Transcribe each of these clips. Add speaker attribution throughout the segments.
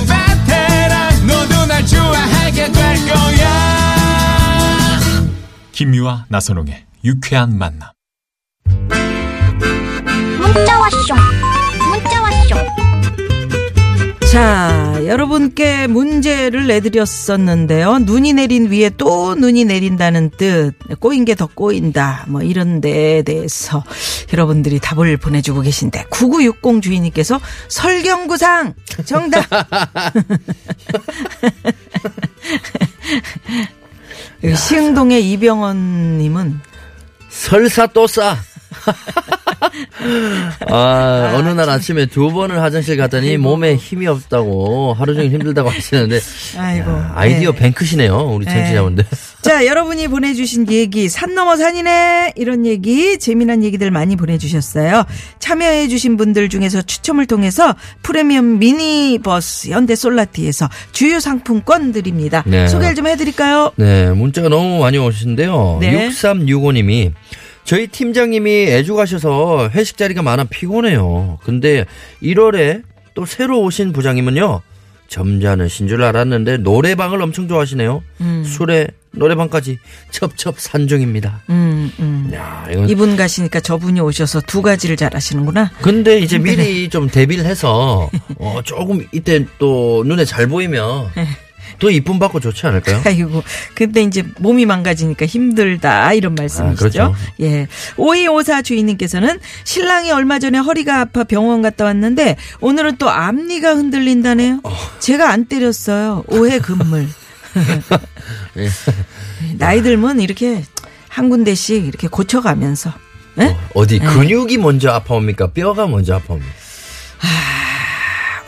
Speaker 1: 베테랑 너도 날 좋아하게 될 거야
Speaker 2: 김미화 나선홍의 유쾌한 만남.
Speaker 3: 문자 왔쇼 문자 왔쇼
Speaker 4: 자, 여러분께 문제를 내드렸었는데요. 눈이 내린 위에 또 눈이 내린다는 뜻, 꼬인 게 더 꼬인다, 뭐 이런 데에 대해서 여러분들이 답을 보내주고 계신데, 9960 주인님께서 설경구상! 정답! 여기 시흥동의 이병헌님은
Speaker 5: 설사 또싸. 아, 어느 날 아침에 두 번을 화장실 갔더니 몸에 힘이 없다고 하루 종일 힘들다고 하시는데
Speaker 4: 아이고.
Speaker 5: 아, 이디어
Speaker 4: 네.
Speaker 5: 뱅크시네요. 우리
Speaker 4: 네.
Speaker 5: 청취자분들.
Speaker 4: 자, 여러분이 보내주신 얘기, 산 넘어 산이네! 이런 얘기, 재미난 얘기들 많이 보내주셨어요. 참여해주신 분들 중에서 추첨을 통해서 프리미엄 미니버스 현대 솔라티에서 주요 상품권 드립니다.
Speaker 5: 네.
Speaker 4: 소개를 좀 해드릴까요?
Speaker 5: 네, 문자가 너무 많이 오신데요.
Speaker 4: 네.
Speaker 5: 6365님이 저희 팀장님이 애주가셔서 회식 자리가 많아 피곤해요. 근데 1월에 또 새로 오신 부장님은요. 점잖으신 줄 알았는데 노래방을 엄청 좋아하시네요. 술에 노래방까지 첩첩 산중입니다.
Speaker 4: 음, 음.
Speaker 5: 야, 이건
Speaker 4: 이분 가시니까 저분이 오셔서 두 가지를 잘 하시는구나.
Speaker 5: 근데 이제 미리 좀 대비를 해서 어, 조금 이때 또 눈에 잘 보이면 더 이쁨 받고 좋지 않을까요?
Speaker 4: 아이고. 근데 이제 몸이 망가지니까 힘들다. 이런 말씀이시죠?
Speaker 5: 그렇죠.
Speaker 4: 예. 5254 주인님께서는 신랑이 얼마 전에 허리가 아파 병원 갔다 왔는데 오늘은 또 앞니가 흔들린다네요.
Speaker 5: 어.
Speaker 4: 제가 안 때렸어요. 오해 금물.
Speaker 5: 예.
Speaker 4: 나이 들면 이렇게 한 군데씩 이렇게 고쳐가면서. 예?
Speaker 5: 어디 근육이 먼저 아파옵니까? 뼈가 먼저 아파옵니까?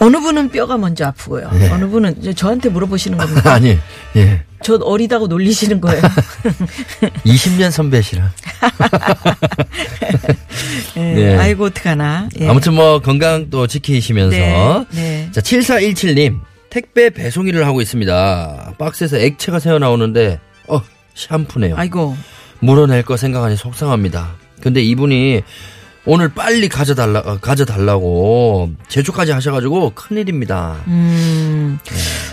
Speaker 4: 어느 분은 뼈가 먼저 아프고요.
Speaker 5: 네.
Speaker 4: 어느 분은 이제 저한테 물어보시는 겁니다.
Speaker 5: 아니, 예.
Speaker 4: 저 어리다고 놀리시는 거예요.
Speaker 5: 20년 선배시라.
Speaker 4: 예.
Speaker 5: 네.
Speaker 4: 아이고, 어떡하나. 예.
Speaker 5: 아무튼 뭐 건강 또 지키시면서.
Speaker 4: 네, 네.
Speaker 5: 자, 7417님. 택배 배송 일을 하고 있습니다. 박스에서 액체가 새어나오는데, 어, 샴푸네요.
Speaker 4: 아이고.
Speaker 5: 물어낼 거 생각하니 속상합니다. 근데 이분이 오늘 빨리 가져달라, 어, 가져달라고 제초까지 하셔가지고 큰일입니다.
Speaker 4: 음.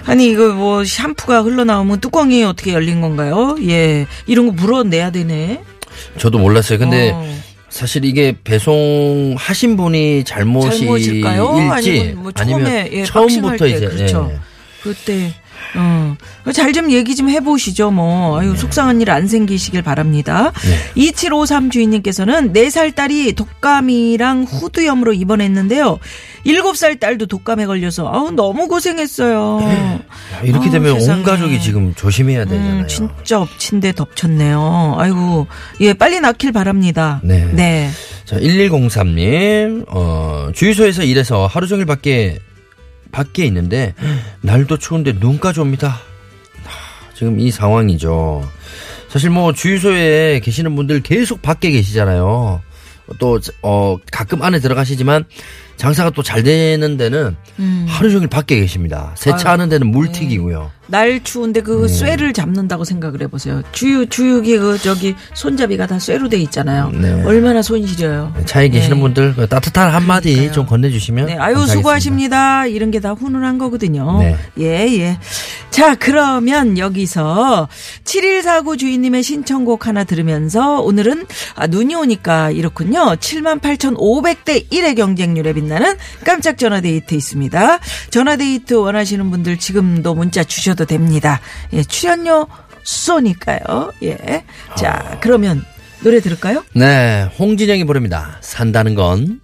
Speaker 4: 아니 이거 뭐 샴푸가 흘러나오면 뚜껑이 어떻게 열린 건가요? 예. 이런 거 물어내야 되네.
Speaker 5: 저도 몰랐어요. 근데
Speaker 4: 어.
Speaker 5: 사실 이게 배송하신 분이 잘못일지
Speaker 4: 잘못일까요? 아니면 뭐 처음에 예,
Speaker 5: 처음부터
Speaker 4: 박싱할 때,
Speaker 5: 이제
Speaker 4: 그렇죠.
Speaker 5: 예.
Speaker 4: 그때 어잘 좀 얘기 좀 해보시죠 뭐
Speaker 5: 네.
Speaker 4: 아유 속상한 일 안 생기시길 바랍니다. 2753 주인님께서는 4살 딸이 독감이랑 후두염으로 입원했는데요. 7살 딸도 독감에 걸려서 아우 너무 고생했어요.
Speaker 5: 야, 이렇게
Speaker 4: 아우,
Speaker 5: 되면
Speaker 4: 세상에.
Speaker 5: 온 가족이 지금 조심해야 되잖아요.
Speaker 4: 음, 진짜 엎친 데 덮쳤네요. 아이고, 예, 빨리 낫길 바랍니다.
Speaker 5: 네. 자, 1103님, 어, 주유소에서 일해서 하루 종일 밖에, 밖에 있는데, 날도 추운데 눈까지 옵니다. 하, 지금 이 상황이죠. 사실 뭐, 주유소에 계시는 분들 계속 밖에 계시잖아요. 또, 어, 가끔 안에 들어가시지만, 장사가 또 잘 되는 데는
Speaker 4: 음.
Speaker 5: 하루 종일 밖에 계십니다. 세차하는 데는 물튀기고요.
Speaker 4: 날 추운데 그
Speaker 5: 네.
Speaker 4: 쇠를 잡는다고 생각을 해보세요. 주유, 주유기 그 저기 손잡이가 다 쇠로 돼 있잖아요. 얼마나 손 시려요.
Speaker 5: 네. 차에 계시는 분들 그 따뜻한 한마디 좀 건네주시면.
Speaker 4: 네, 아유,
Speaker 5: 감사하겠습니다.
Speaker 4: 수고하십니다. 이런 게 다 훈훈한 거거든요.
Speaker 5: 네.
Speaker 4: 예, 예. 자, 그러면 여기서 7149 주인님의 신청곡 하나 들으면서 오늘은 아, 눈이 오니까 이렇군요. 78,500대 1의 경쟁률에 빛나는 깜짝 전화데이트 있습니다. 전화데이트 원하시는 분들 지금도 문자 주셔도 됩니다. 예, 출연료 쏘니까요. 예.
Speaker 5: 아.
Speaker 4: 자, 그러면 노래 들을까요?
Speaker 5: 네, 홍진영이 부릅니다. 산다는 건.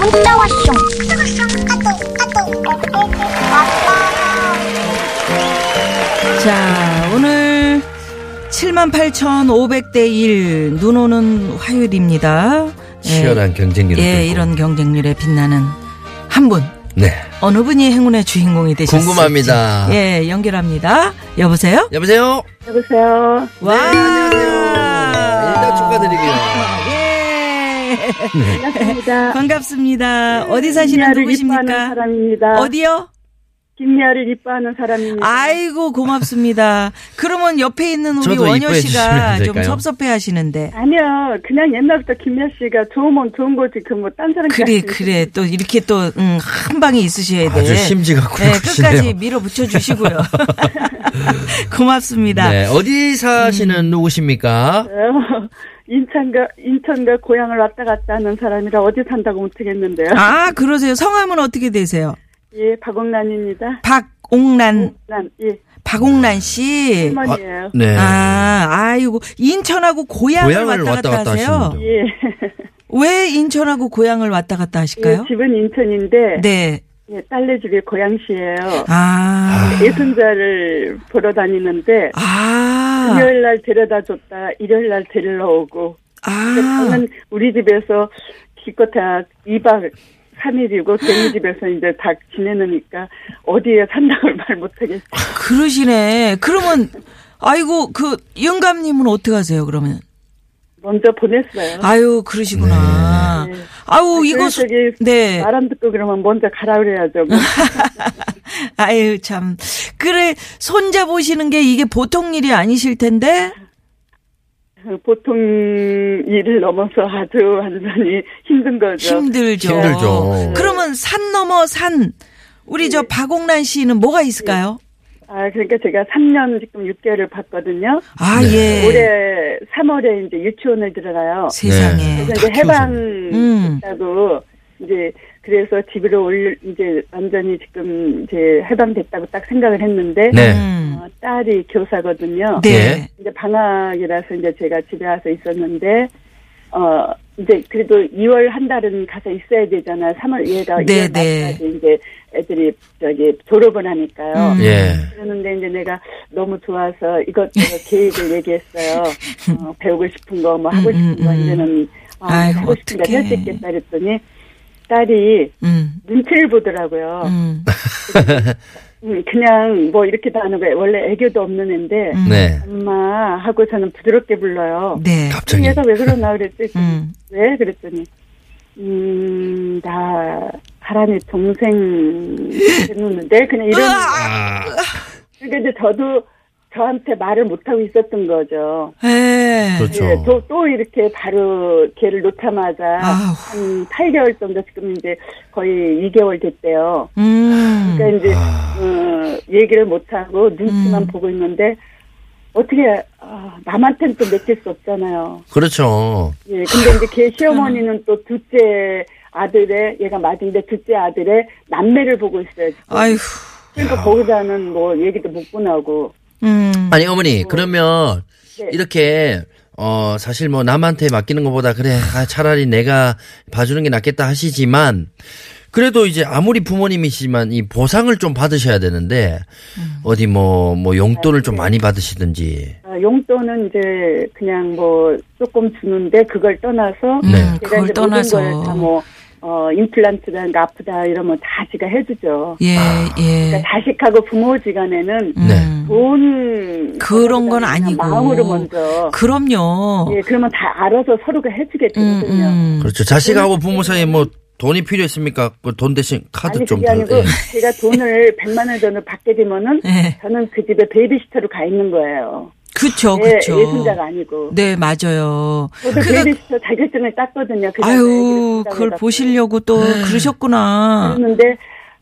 Speaker 3: 문자 문자 왔쇼 까도 까도
Speaker 4: 자, 오늘 78,500대 1, 눈 오는 화요일입니다.
Speaker 5: 치열한 경쟁률을
Speaker 4: 예,
Speaker 5: 뚫고.
Speaker 4: 이런 경쟁률에 빛나는 한 분.
Speaker 5: 네.
Speaker 4: 어느 분이 행운의 주인공이 되실지.
Speaker 5: 궁금합니다.
Speaker 4: 예, 연결합니다. 여보세요?
Speaker 5: 여보세요?
Speaker 6: 여보세요.
Speaker 4: 와,
Speaker 5: 안녕하세요. 네, 아, 일단 축하드리고요.
Speaker 4: 예.
Speaker 6: 반갑습니다.
Speaker 4: 반갑습니다. 어디 사시는
Speaker 6: 김미아를 네, 이뻐하는
Speaker 4: 네. 누구십니까?
Speaker 6: 사람입니다.
Speaker 4: 어디요?
Speaker 6: 김미아를 이뻐하는 사람입니다.
Speaker 4: 아이고, 고맙습니다. 그러면 옆에 있는 우리
Speaker 5: 저도
Speaker 4: 원효
Speaker 5: 이뻐해 주시면 안
Speaker 4: 씨가 좀
Speaker 5: 될까요?
Speaker 4: 섭섭해 하시는데.
Speaker 6: 아니요, 그냥 옛날부터 김미아 씨가 좋으면 좋은 거지 그뭐딴 사람
Speaker 4: 그래 그래 또 이렇게 또 음, 한 방에 있으셔야 돼.
Speaker 5: 아주 심지가
Speaker 4: 네,
Speaker 5: 굵으시네요.
Speaker 4: 끝까지 밀어붙여 주시고요. 고맙습니다.
Speaker 5: 네, 어디
Speaker 4: 음.
Speaker 5: 사시는 누구십니까?
Speaker 6: 어, 인천과 인천과 고향을 왔다 갔다 하는 사람이라 어디 산다고 못하겠는데요.
Speaker 4: 아 그러세요. 성함은 어떻게 되세요?
Speaker 6: 예, 박옥란입니다.
Speaker 4: 박옥란
Speaker 6: 난 예,
Speaker 4: 아, 박옥란 씨.
Speaker 6: 할머니예요.
Speaker 5: 네.
Speaker 4: 아 아이고 인천하고 고향을,
Speaker 5: 고향을
Speaker 4: 왔다 갔다,
Speaker 5: 왔다 갔다
Speaker 4: 하세요.
Speaker 5: 하시는 분.
Speaker 6: 예,
Speaker 4: 왜 인천하고 고향을 왔다 갔다
Speaker 6: 예,
Speaker 4: 하실까요?
Speaker 6: 집은 인천인데
Speaker 4: 네.
Speaker 6: 예, 딸네 집이 고향시예요.
Speaker 4: 아.
Speaker 6: 예순자를 보러 다니는데
Speaker 5: 아.
Speaker 4: 아.
Speaker 6: 금요일 날 데려다 줬다 일요일 날 데리러 오고 근데
Speaker 4: 아.
Speaker 6: 저는 우리 집에서 기껏 다 2박 3일이고
Speaker 4: 아.
Speaker 6: 괜히 집에서 이제 다 지내느니까 어디에 산다고 말 못하겠어.
Speaker 4: 그러시네. 그러면 아이고 그 영감님은 어떻게 하세요? 그러면
Speaker 6: 먼저 보냈어요.
Speaker 4: 아유 그러시구나.
Speaker 6: 네.
Speaker 4: 아우 이거
Speaker 6: 그래서 저기
Speaker 4: 네. 아.
Speaker 6: 말 안 듣고 그러면 먼저 가라 그래야죠. 뭐.
Speaker 4: 아유 참 그래 손자 보시는 게 이게 보통 일이 아니실 텐데.
Speaker 6: 그 보통 일을 넘어서 아주 완전히 힘든 거죠.
Speaker 4: 힘들죠.
Speaker 5: 힘들죠.
Speaker 4: 그러면 산 넘어 산 우리
Speaker 6: 네.
Speaker 4: 저 박옥란 씨는 뭐가 있을까요?
Speaker 6: 아 그러니까 제가 3년 지금 6개월을 봤거든요.
Speaker 4: 아 예.
Speaker 6: 올해 3월에 이제 유치원을 들어가요.
Speaker 4: 세상에.
Speaker 6: 그래서 이제
Speaker 5: 다
Speaker 4: 음.
Speaker 6: 해방됐다고 이제 그래서 집으로 올 이제 완전히 지금 이제 해방됐다고 딱 생각을 했는데
Speaker 5: 네.
Speaker 4: 음.
Speaker 6: 어, 딸이 교사거든요.
Speaker 4: 네.
Speaker 5: 예.
Speaker 6: 이제 방학이라서 이제 제가 집에 와서 있었는데 어 이제 그래도 2월 한 달은 가서 있어야 되잖아. 3월 얘가
Speaker 4: 네,
Speaker 6: 2월
Speaker 4: 네.
Speaker 6: 말까지 이제 애들이 저기 졸업을 하니까요.
Speaker 4: 음.
Speaker 5: 예.
Speaker 6: 그러는데 이제 내가 너무 좋아서 이것저것 계획을 얘기했어요. 어, 배우고 싶은 거, 뭐 하고
Speaker 4: 음,
Speaker 6: 싶은 거,
Speaker 4: 음,
Speaker 6: 이제는 어,
Speaker 4: 아이고,
Speaker 6: 하고 싶은 거
Speaker 4: 어떡해.
Speaker 6: 할 수 있겠다 그랬더니 딸이
Speaker 4: 음.
Speaker 6: 눈치를 보더라고요.
Speaker 4: 음.
Speaker 6: 음, 그냥 뭐 이렇게 다 하는 거예요. 원래 애교도 없는 애인데
Speaker 4: 음.
Speaker 5: 네.
Speaker 6: 엄마 하고 저는 부드럽게 불러요.
Speaker 4: 네.
Speaker 5: 갑자기.
Speaker 6: 얘가 왜 그러나 그랬더니
Speaker 4: 음.
Speaker 6: 왜 그랬더니 음, 나 하람이 동생 됐는데 그냥 이런
Speaker 5: 아,
Speaker 6: 그러니까 이제 저도 저한테 말을 못하고 있었던 거죠.
Speaker 4: 예.
Speaker 5: 그렇죠.
Speaker 6: 예, 또, 또 이렇게 바로 걔를 놓자마자
Speaker 4: 아우.
Speaker 6: 한 8개월 정도 지금 이제 거의 2개월 됐대요.
Speaker 4: 음.
Speaker 6: 그러니까 이제
Speaker 5: 아.
Speaker 6: 어, 얘기를 못하고 눈치만
Speaker 4: 음.
Speaker 6: 보고 있는데 어떻게 아, 남한테는 또 맡길 수 없잖아요.
Speaker 5: 그렇죠.
Speaker 6: 예, 근데 이제 걔 시어머니는 또 둘째 아들의 얘가 맞은데 둘째 아들의 남매를 보고 있어요. 지금.
Speaker 4: 아휴.
Speaker 6: 그러니까 거기다는 뭐 얘기도 못 보나고
Speaker 4: 음.
Speaker 5: 아니 어머니 그러면
Speaker 6: 네.
Speaker 5: 이렇게 어 사실 뭐 남한테 맡기는 것보다 그래 아, 차라리 내가 봐주는 게 낫겠다 하시지만 그래도 이제 아무리 부모님이시지만 이 보상을 좀 받으셔야 되는데
Speaker 4: 음.
Speaker 5: 어디 뭐 뭐
Speaker 4: 아,
Speaker 5: 용돈을
Speaker 4: 네.
Speaker 5: 좀 많이 받으시든지
Speaker 6: 아, 용돈은 이제 그냥 뭐 조금 주는데 그걸 떠나서
Speaker 4: 네.
Speaker 6: 제가
Speaker 4: 그걸
Speaker 6: 이제
Speaker 4: 떠나서.
Speaker 6: 모든 걸다뭐 어, 임플란트라든가 아프다 이러면 다 지가 해주죠.
Speaker 4: 예, 예.
Speaker 6: 그러니까 자식하고 부모 지간에는
Speaker 4: 음.
Speaker 6: 돈
Speaker 4: 그런 건
Speaker 6: 그냥
Speaker 4: 아니고.
Speaker 6: 마음으로 먼저
Speaker 4: 그럼요.
Speaker 6: 예 그러면 다 알아서 서로가
Speaker 4: 음,
Speaker 6: 해주겠거든요.
Speaker 4: 음.
Speaker 5: 그렇죠 자식하고 부모 사이에 뭐 돈이 필요했습니까 그 돈 대신 카드
Speaker 6: 아니
Speaker 5: 좀
Speaker 6: 그게
Speaker 5: 더,
Speaker 6: 아니고
Speaker 5: 예.
Speaker 6: 제가 돈을 100만 원 전을 받게 되면은
Speaker 4: 예.
Speaker 6: 저는 그 집에 베이비시터로 가 있는 거예요.
Speaker 4: 어, 그쵸,
Speaker 6: 예,
Speaker 4: 그쵸.
Speaker 6: 예순자가 아니고.
Speaker 4: 네, 맞아요.
Speaker 6: 저도
Speaker 4: 그거-
Speaker 6: 베이비시터 자격증을 땄거든요. 그 전에
Speaker 4: 아유,
Speaker 6: 애기를
Speaker 4: 그걸
Speaker 6: 키우다가. 네.
Speaker 4: 보시려고 또 그러셨구나.
Speaker 6: 그랬는데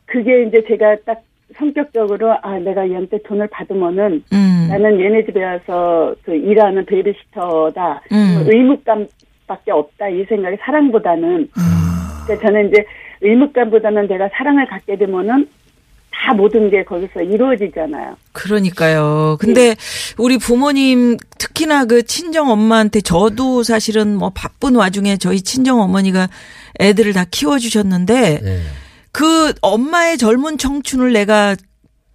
Speaker 6: 그게 이제 제가 딱 성격적으로 아 내가 얘한테 돈을 받으면은
Speaker 4: 음.
Speaker 6: 나는 얘네 집에 와서 그 일하는 베이비시터다 뭐
Speaker 4: 음.
Speaker 6: 의무감밖에 없다 이 생각이
Speaker 4: 아.
Speaker 6: 사랑보다는 그러니까 저는 이제 의무감보다는 내가 사랑을 갖게 되면은 다 다 모든 게 거기서 이루어지잖아요.
Speaker 4: 그러니까요.
Speaker 6: 예.
Speaker 4: 근데 우리 부모님 특히나 그 친정 엄마한테 저도 사실은 뭐 바쁜 와중에 저희 친정 어머니가 애들을 다 키워 주셨는데
Speaker 6: 예.
Speaker 5: 네.
Speaker 4: 그 엄마의 젊은 청춘을 내가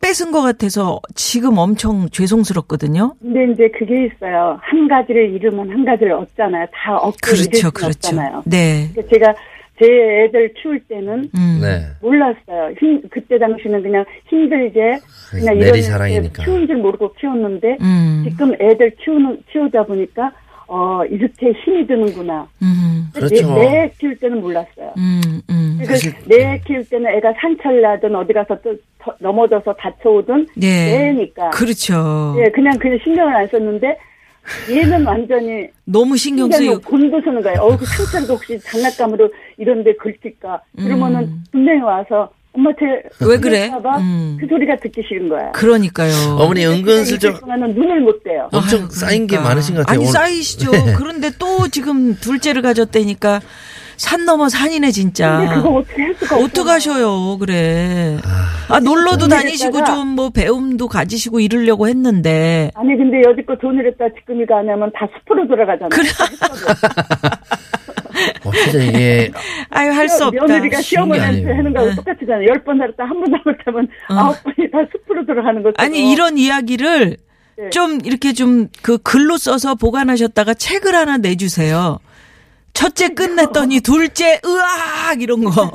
Speaker 4: 뺏은 것 같아서 지금 엄청 죄송스럽거든요.
Speaker 6: 근데 이제 그게 있어요. 한 가지를 잃으면 한 가지를 얻잖아요. 다 얻고 잃을
Speaker 4: 그렇죠,
Speaker 6: 순
Speaker 4: 그렇죠.
Speaker 6: 없잖아요.
Speaker 4: 네.
Speaker 6: 그래서 제가 제 애들 키울 때는
Speaker 4: 음.
Speaker 5: 네.
Speaker 6: 몰랐어요. 힘, 그때 당시는 그냥 힘들게
Speaker 5: 그렇지,
Speaker 6: 그냥 이런
Speaker 5: 내리사랑이니까.
Speaker 6: 키운 줄 모르고 키웠는데
Speaker 4: 음.
Speaker 6: 지금 애들 키우는 키우다 보니까 어 이렇게 힘이 드는구나.
Speaker 4: 음.
Speaker 5: 그렇죠.
Speaker 6: 내, 내 키울 때는 몰랐어요.
Speaker 4: 음. 음.
Speaker 6: 그리고
Speaker 5: 사실-
Speaker 6: 내 키울 때는 애가 상처를 나든 어디 가서 또 더- 넘어져서 다쳐오든
Speaker 4: 네.
Speaker 6: 애니까
Speaker 4: 그렇죠.
Speaker 6: 예 그냥 그냥 신경을 안 썼는데 얘는 완전히
Speaker 4: 너무 신경
Speaker 6: 신경이
Speaker 4: 쓰이고
Speaker 6: 곤두서는 거예요. 뭐 어그 상처를 혹시 장난감으로 이런데 긁힐까? 그러면은 분명히 와서 엄마 쟤
Speaker 4: 음. 왜 그래?
Speaker 6: 그럴까봐
Speaker 4: 음.
Speaker 6: 그 소리가 듣기 싫은 거야.
Speaker 4: 그러니까요.
Speaker 5: 어머니 은근슬쩍
Speaker 6: 그러면 눈을 못 떼요.
Speaker 5: 엄청
Speaker 4: 아유,
Speaker 5: 쌓인 게
Speaker 4: 그러니까.
Speaker 5: 많으신 것 같아요.
Speaker 4: 아니
Speaker 5: 오늘. 네.
Speaker 4: 쌓이시죠. 그런데 또 지금 둘째를 가졌다니까 산 넘어 산이네
Speaker 6: 근데
Speaker 4: 진짜.
Speaker 6: 그거 어떻게 할 수가 없어요.
Speaker 4: 어떡하셔요 그래. 아 놀러도
Speaker 6: 돈을
Speaker 4: 다니시고
Speaker 6: 냈다가-
Speaker 4: 좀 뭐 배움도 가지시고 이러려고 했는데
Speaker 6: 아니 근데 여지껏 돈을 했다 지금이가 안 하면 다 숲으로 돌아가잖아요.
Speaker 4: 그래. 그
Speaker 5: 어, 진짜 이게
Speaker 4: 아유 할 수 없다. 네.
Speaker 6: 며느리가 시험을
Speaker 5: 쉬운 게 아니에요.
Speaker 6: 하는 거하고 똑같잖아요. 열 번 살았다 한 번 잘못하면 아홉 번이 다 숲으로 돌아가는 거죠.
Speaker 4: 어. 아니 이런 이야기를
Speaker 6: 네.
Speaker 4: 좀 이렇게 좀 그 글로 써서 보관하셨다가 책을 하나 내주세요. 첫째 끝냈더니 둘째 으악 이런 거.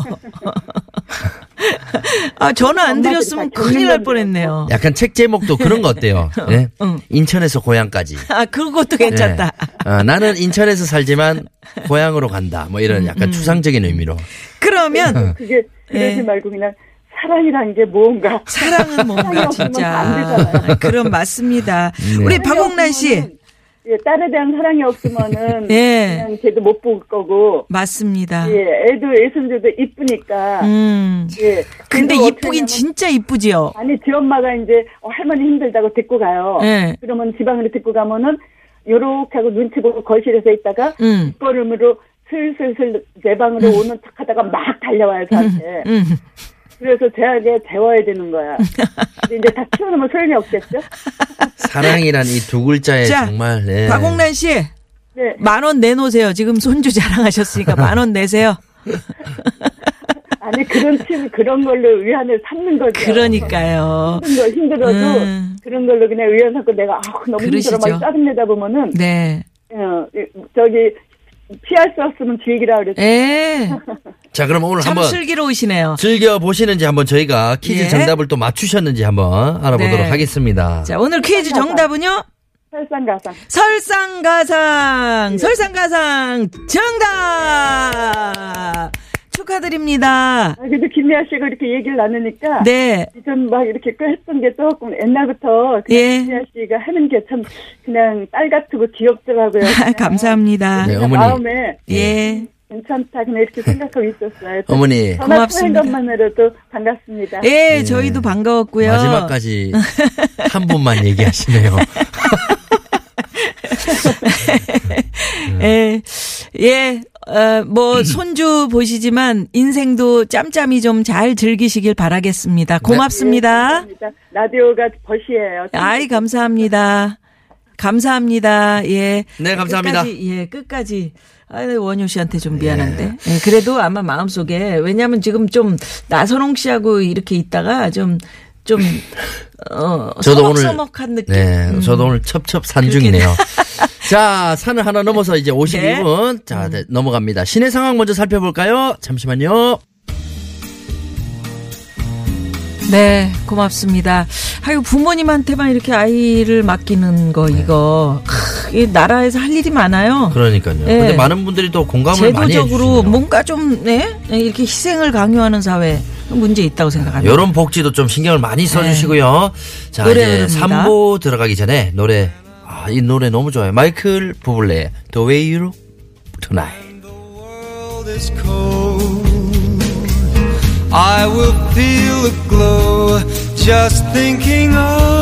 Speaker 4: 아 전화 안 드렸으면 큰일 날 뻔했네요.
Speaker 5: 약간 책 제목도 그런 거 어때요? 예? 인천에서 고향까지.
Speaker 4: 아 그것도 괜찮다.
Speaker 5: 예. 아, 나는 인천에서 살지만 고향으로 간다. 뭐
Speaker 4: 음,
Speaker 5: 이런 약간 추상적인 의미로. 네.
Speaker 4: 그러면
Speaker 6: 그게 그러지
Speaker 4: 예.
Speaker 6: 말고 그냥 사랑이라는 게 뭔가
Speaker 4: 사랑은 뭔가
Speaker 6: 사랑이 없으면 안 되잖아요.
Speaker 4: 진짜. 그럼 맞습니다.
Speaker 5: 네.
Speaker 4: 우리 박옥란 씨
Speaker 6: 없으면은, 예, 딸에 대한 사랑이 없으면은
Speaker 4: 예.
Speaker 6: 그냥 걔도 못 볼 거고
Speaker 4: 맞습니다.
Speaker 6: 예, 애도 애손자도 이쁘니까
Speaker 4: 음.
Speaker 6: 예.
Speaker 4: 근데 이쁘긴
Speaker 6: 그래서 어떻게 하냐면
Speaker 4: 진짜 이쁘지요.
Speaker 6: 아니, 지 엄마가 이제, 어, 할머니 힘들다고 데리고 가요.
Speaker 4: 예.
Speaker 6: 그러면 지방으로 데리고 가면은, 요렇게 하고 눈치 보고 거실에서 있다가,
Speaker 4: 음.
Speaker 6: 뒷걸음으로 슬슬슬 내 방으로 오는 척 하다가 막 달려와요, 저한테.
Speaker 4: 음.
Speaker 6: 그래서 제하게 재워야 되는 거야. 근데 이제 다 키워놓으면 소용이 없겠죠?
Speaker 5: 사랑이란 이 두 글자에
Speaker 4: 자,
Speaker 5: 정말 예.
Speaker 4: 박옥란 씨.
Speaker 6: 네.
Speaker 4: 만 원 내놓으세요. 지금 손주 자랑하셨으니까 만 원 내세요.
Speaker 6: 아니, 그런 팀, 그런 걸로 위안을 삼는 거죠.
Speaker 4: 그러니까요.
Speaker 6: 힘든 거 힘들어도,
Speaker 4: 그러니까. 음.
Speaker 6: 그런 걸로 그냥 위안 삼고 내가, 아 너무 힘들어.
Speaker 4: 그러시죠.
Speaker 6: 막 짜증내다 보면은,
Speaker 4: 네.
Speaker 6: 어, 저기, 피할 수 없으면 즐기라 그랬어요.
Speaker 4: 네. 에.
Speaker 5: 자, 그럼 오늘
Speaker 4: 예. 참
Speaker 5: 한번
Speaker 4: 슬기로우시네요.
Speaker 5: 즐겨 보시는지 한번 저희가 퀴즈
Speaker 4: 예.
Speaker 5: 정답을 또 맞추셨는지 한번 알아보도록
Speaker 4: 네.
Speaker 5: 하겠습니다.
Speaker 4: 자, 오늘 퀴즈 정답은요?
Speaker 6: 설상가상.
Speaker 4: 설상가상. 설상가상 정답. 축하드립니다.
Speaker 6: 아, 그래도 김미아 씨가 이렇게 얘기를 나누니까
Speaker 4: 네.
Speaker 6: 이전 막 이렇게 꽤 했던 게 조금 옛날부터 그냥
Speaker 4: 예.
Speaker 6: 김미아 씨가 하는 게 참 그냥 딸 같고 귀엽더라고요. 그냥
Speaker 4: 아, 감사합니다.
Speaker 5: 네, 어머니. 예.
Speaker 6: 마음에
Speaker 4: 예.
Speaker 6: 괜찮다 그냥 이렇게 생각하고 있었어요.
Speaker 5: 어머니.
Speaker 6: 전화 통한
Speaker 4: 고맙습니다.
Speaker 6: 것만으로도 반갑습니다.
Speaker 4: 예, 저희도 반가웠고요.
Speaker 5: 마지막까지 한 분만 얘기하시네요.
Speaker 4: 예, 예, 어, 뭐, 손주 보시지만 인생도 짬짬이 좀 잘 즐기시길
Speaker 5: 네.
Speaker 4: 바라겠습니다. 고맙습니다.
Speaker 6: 네, 감사합니다. 라디오가 벗이에요.
Speaker 4: 아이, 감사합니다. 감사합니다. 예.
Speaker 5: 네, 감사합니다.
Speaker 4: 끝까지, 예, 끝까지. 아, 원효 씨한테 좀 미안한데. 예, 그래도 아마 마음속에, 왜냐면 지금 좀 나선홍 씨하고 이렇게 있다가 좀, 좀, 어,
Speaker 5: 저도 오늘-
Speaker 4: 서먹서먹한 느낌.
Speaker 5: 네, 저도 오늘 첩첩 산 중이네요. 자, 산을 하나 넘어서 이제 52분. 자, 네, 넘어갑니다. 시내 상황 먼저 살펴볼까요? 잠시만요.
Speaker 4: 네, 고맙습니다. 아유, 부모님한테만 이렇게 아이를 맡기는 거, 이거. 크, 이 나라에서 할 일이 많아요.
Speaker 5: 네. 그러니까요.
Speaker 4: 네.
Speaker 5: 근데 많은 분들이 또 공감을 많이
Speaker 4: 제도적으로
Speaker 5: 해주시네요.
Speaker 4: 뭔가 좀, 네? 이렇게 희생을 강요하는 사회, 문제 있다고 생각합니다.
Speaker 5: 요런 복지도 좀 신경을 많이 써주시고요. 자,
Speaker 4: 노래
Speaker 5: 이제
Speaker 4: 부릅니다.
Speaker 5: 네. 3부 들어가기 전에 노래, 아, 이 노래 너무 좋아요. 마이클 부블레의 The Way You Look Tonight.
Speaker 1: world is cold. I will feel a glow just thinking of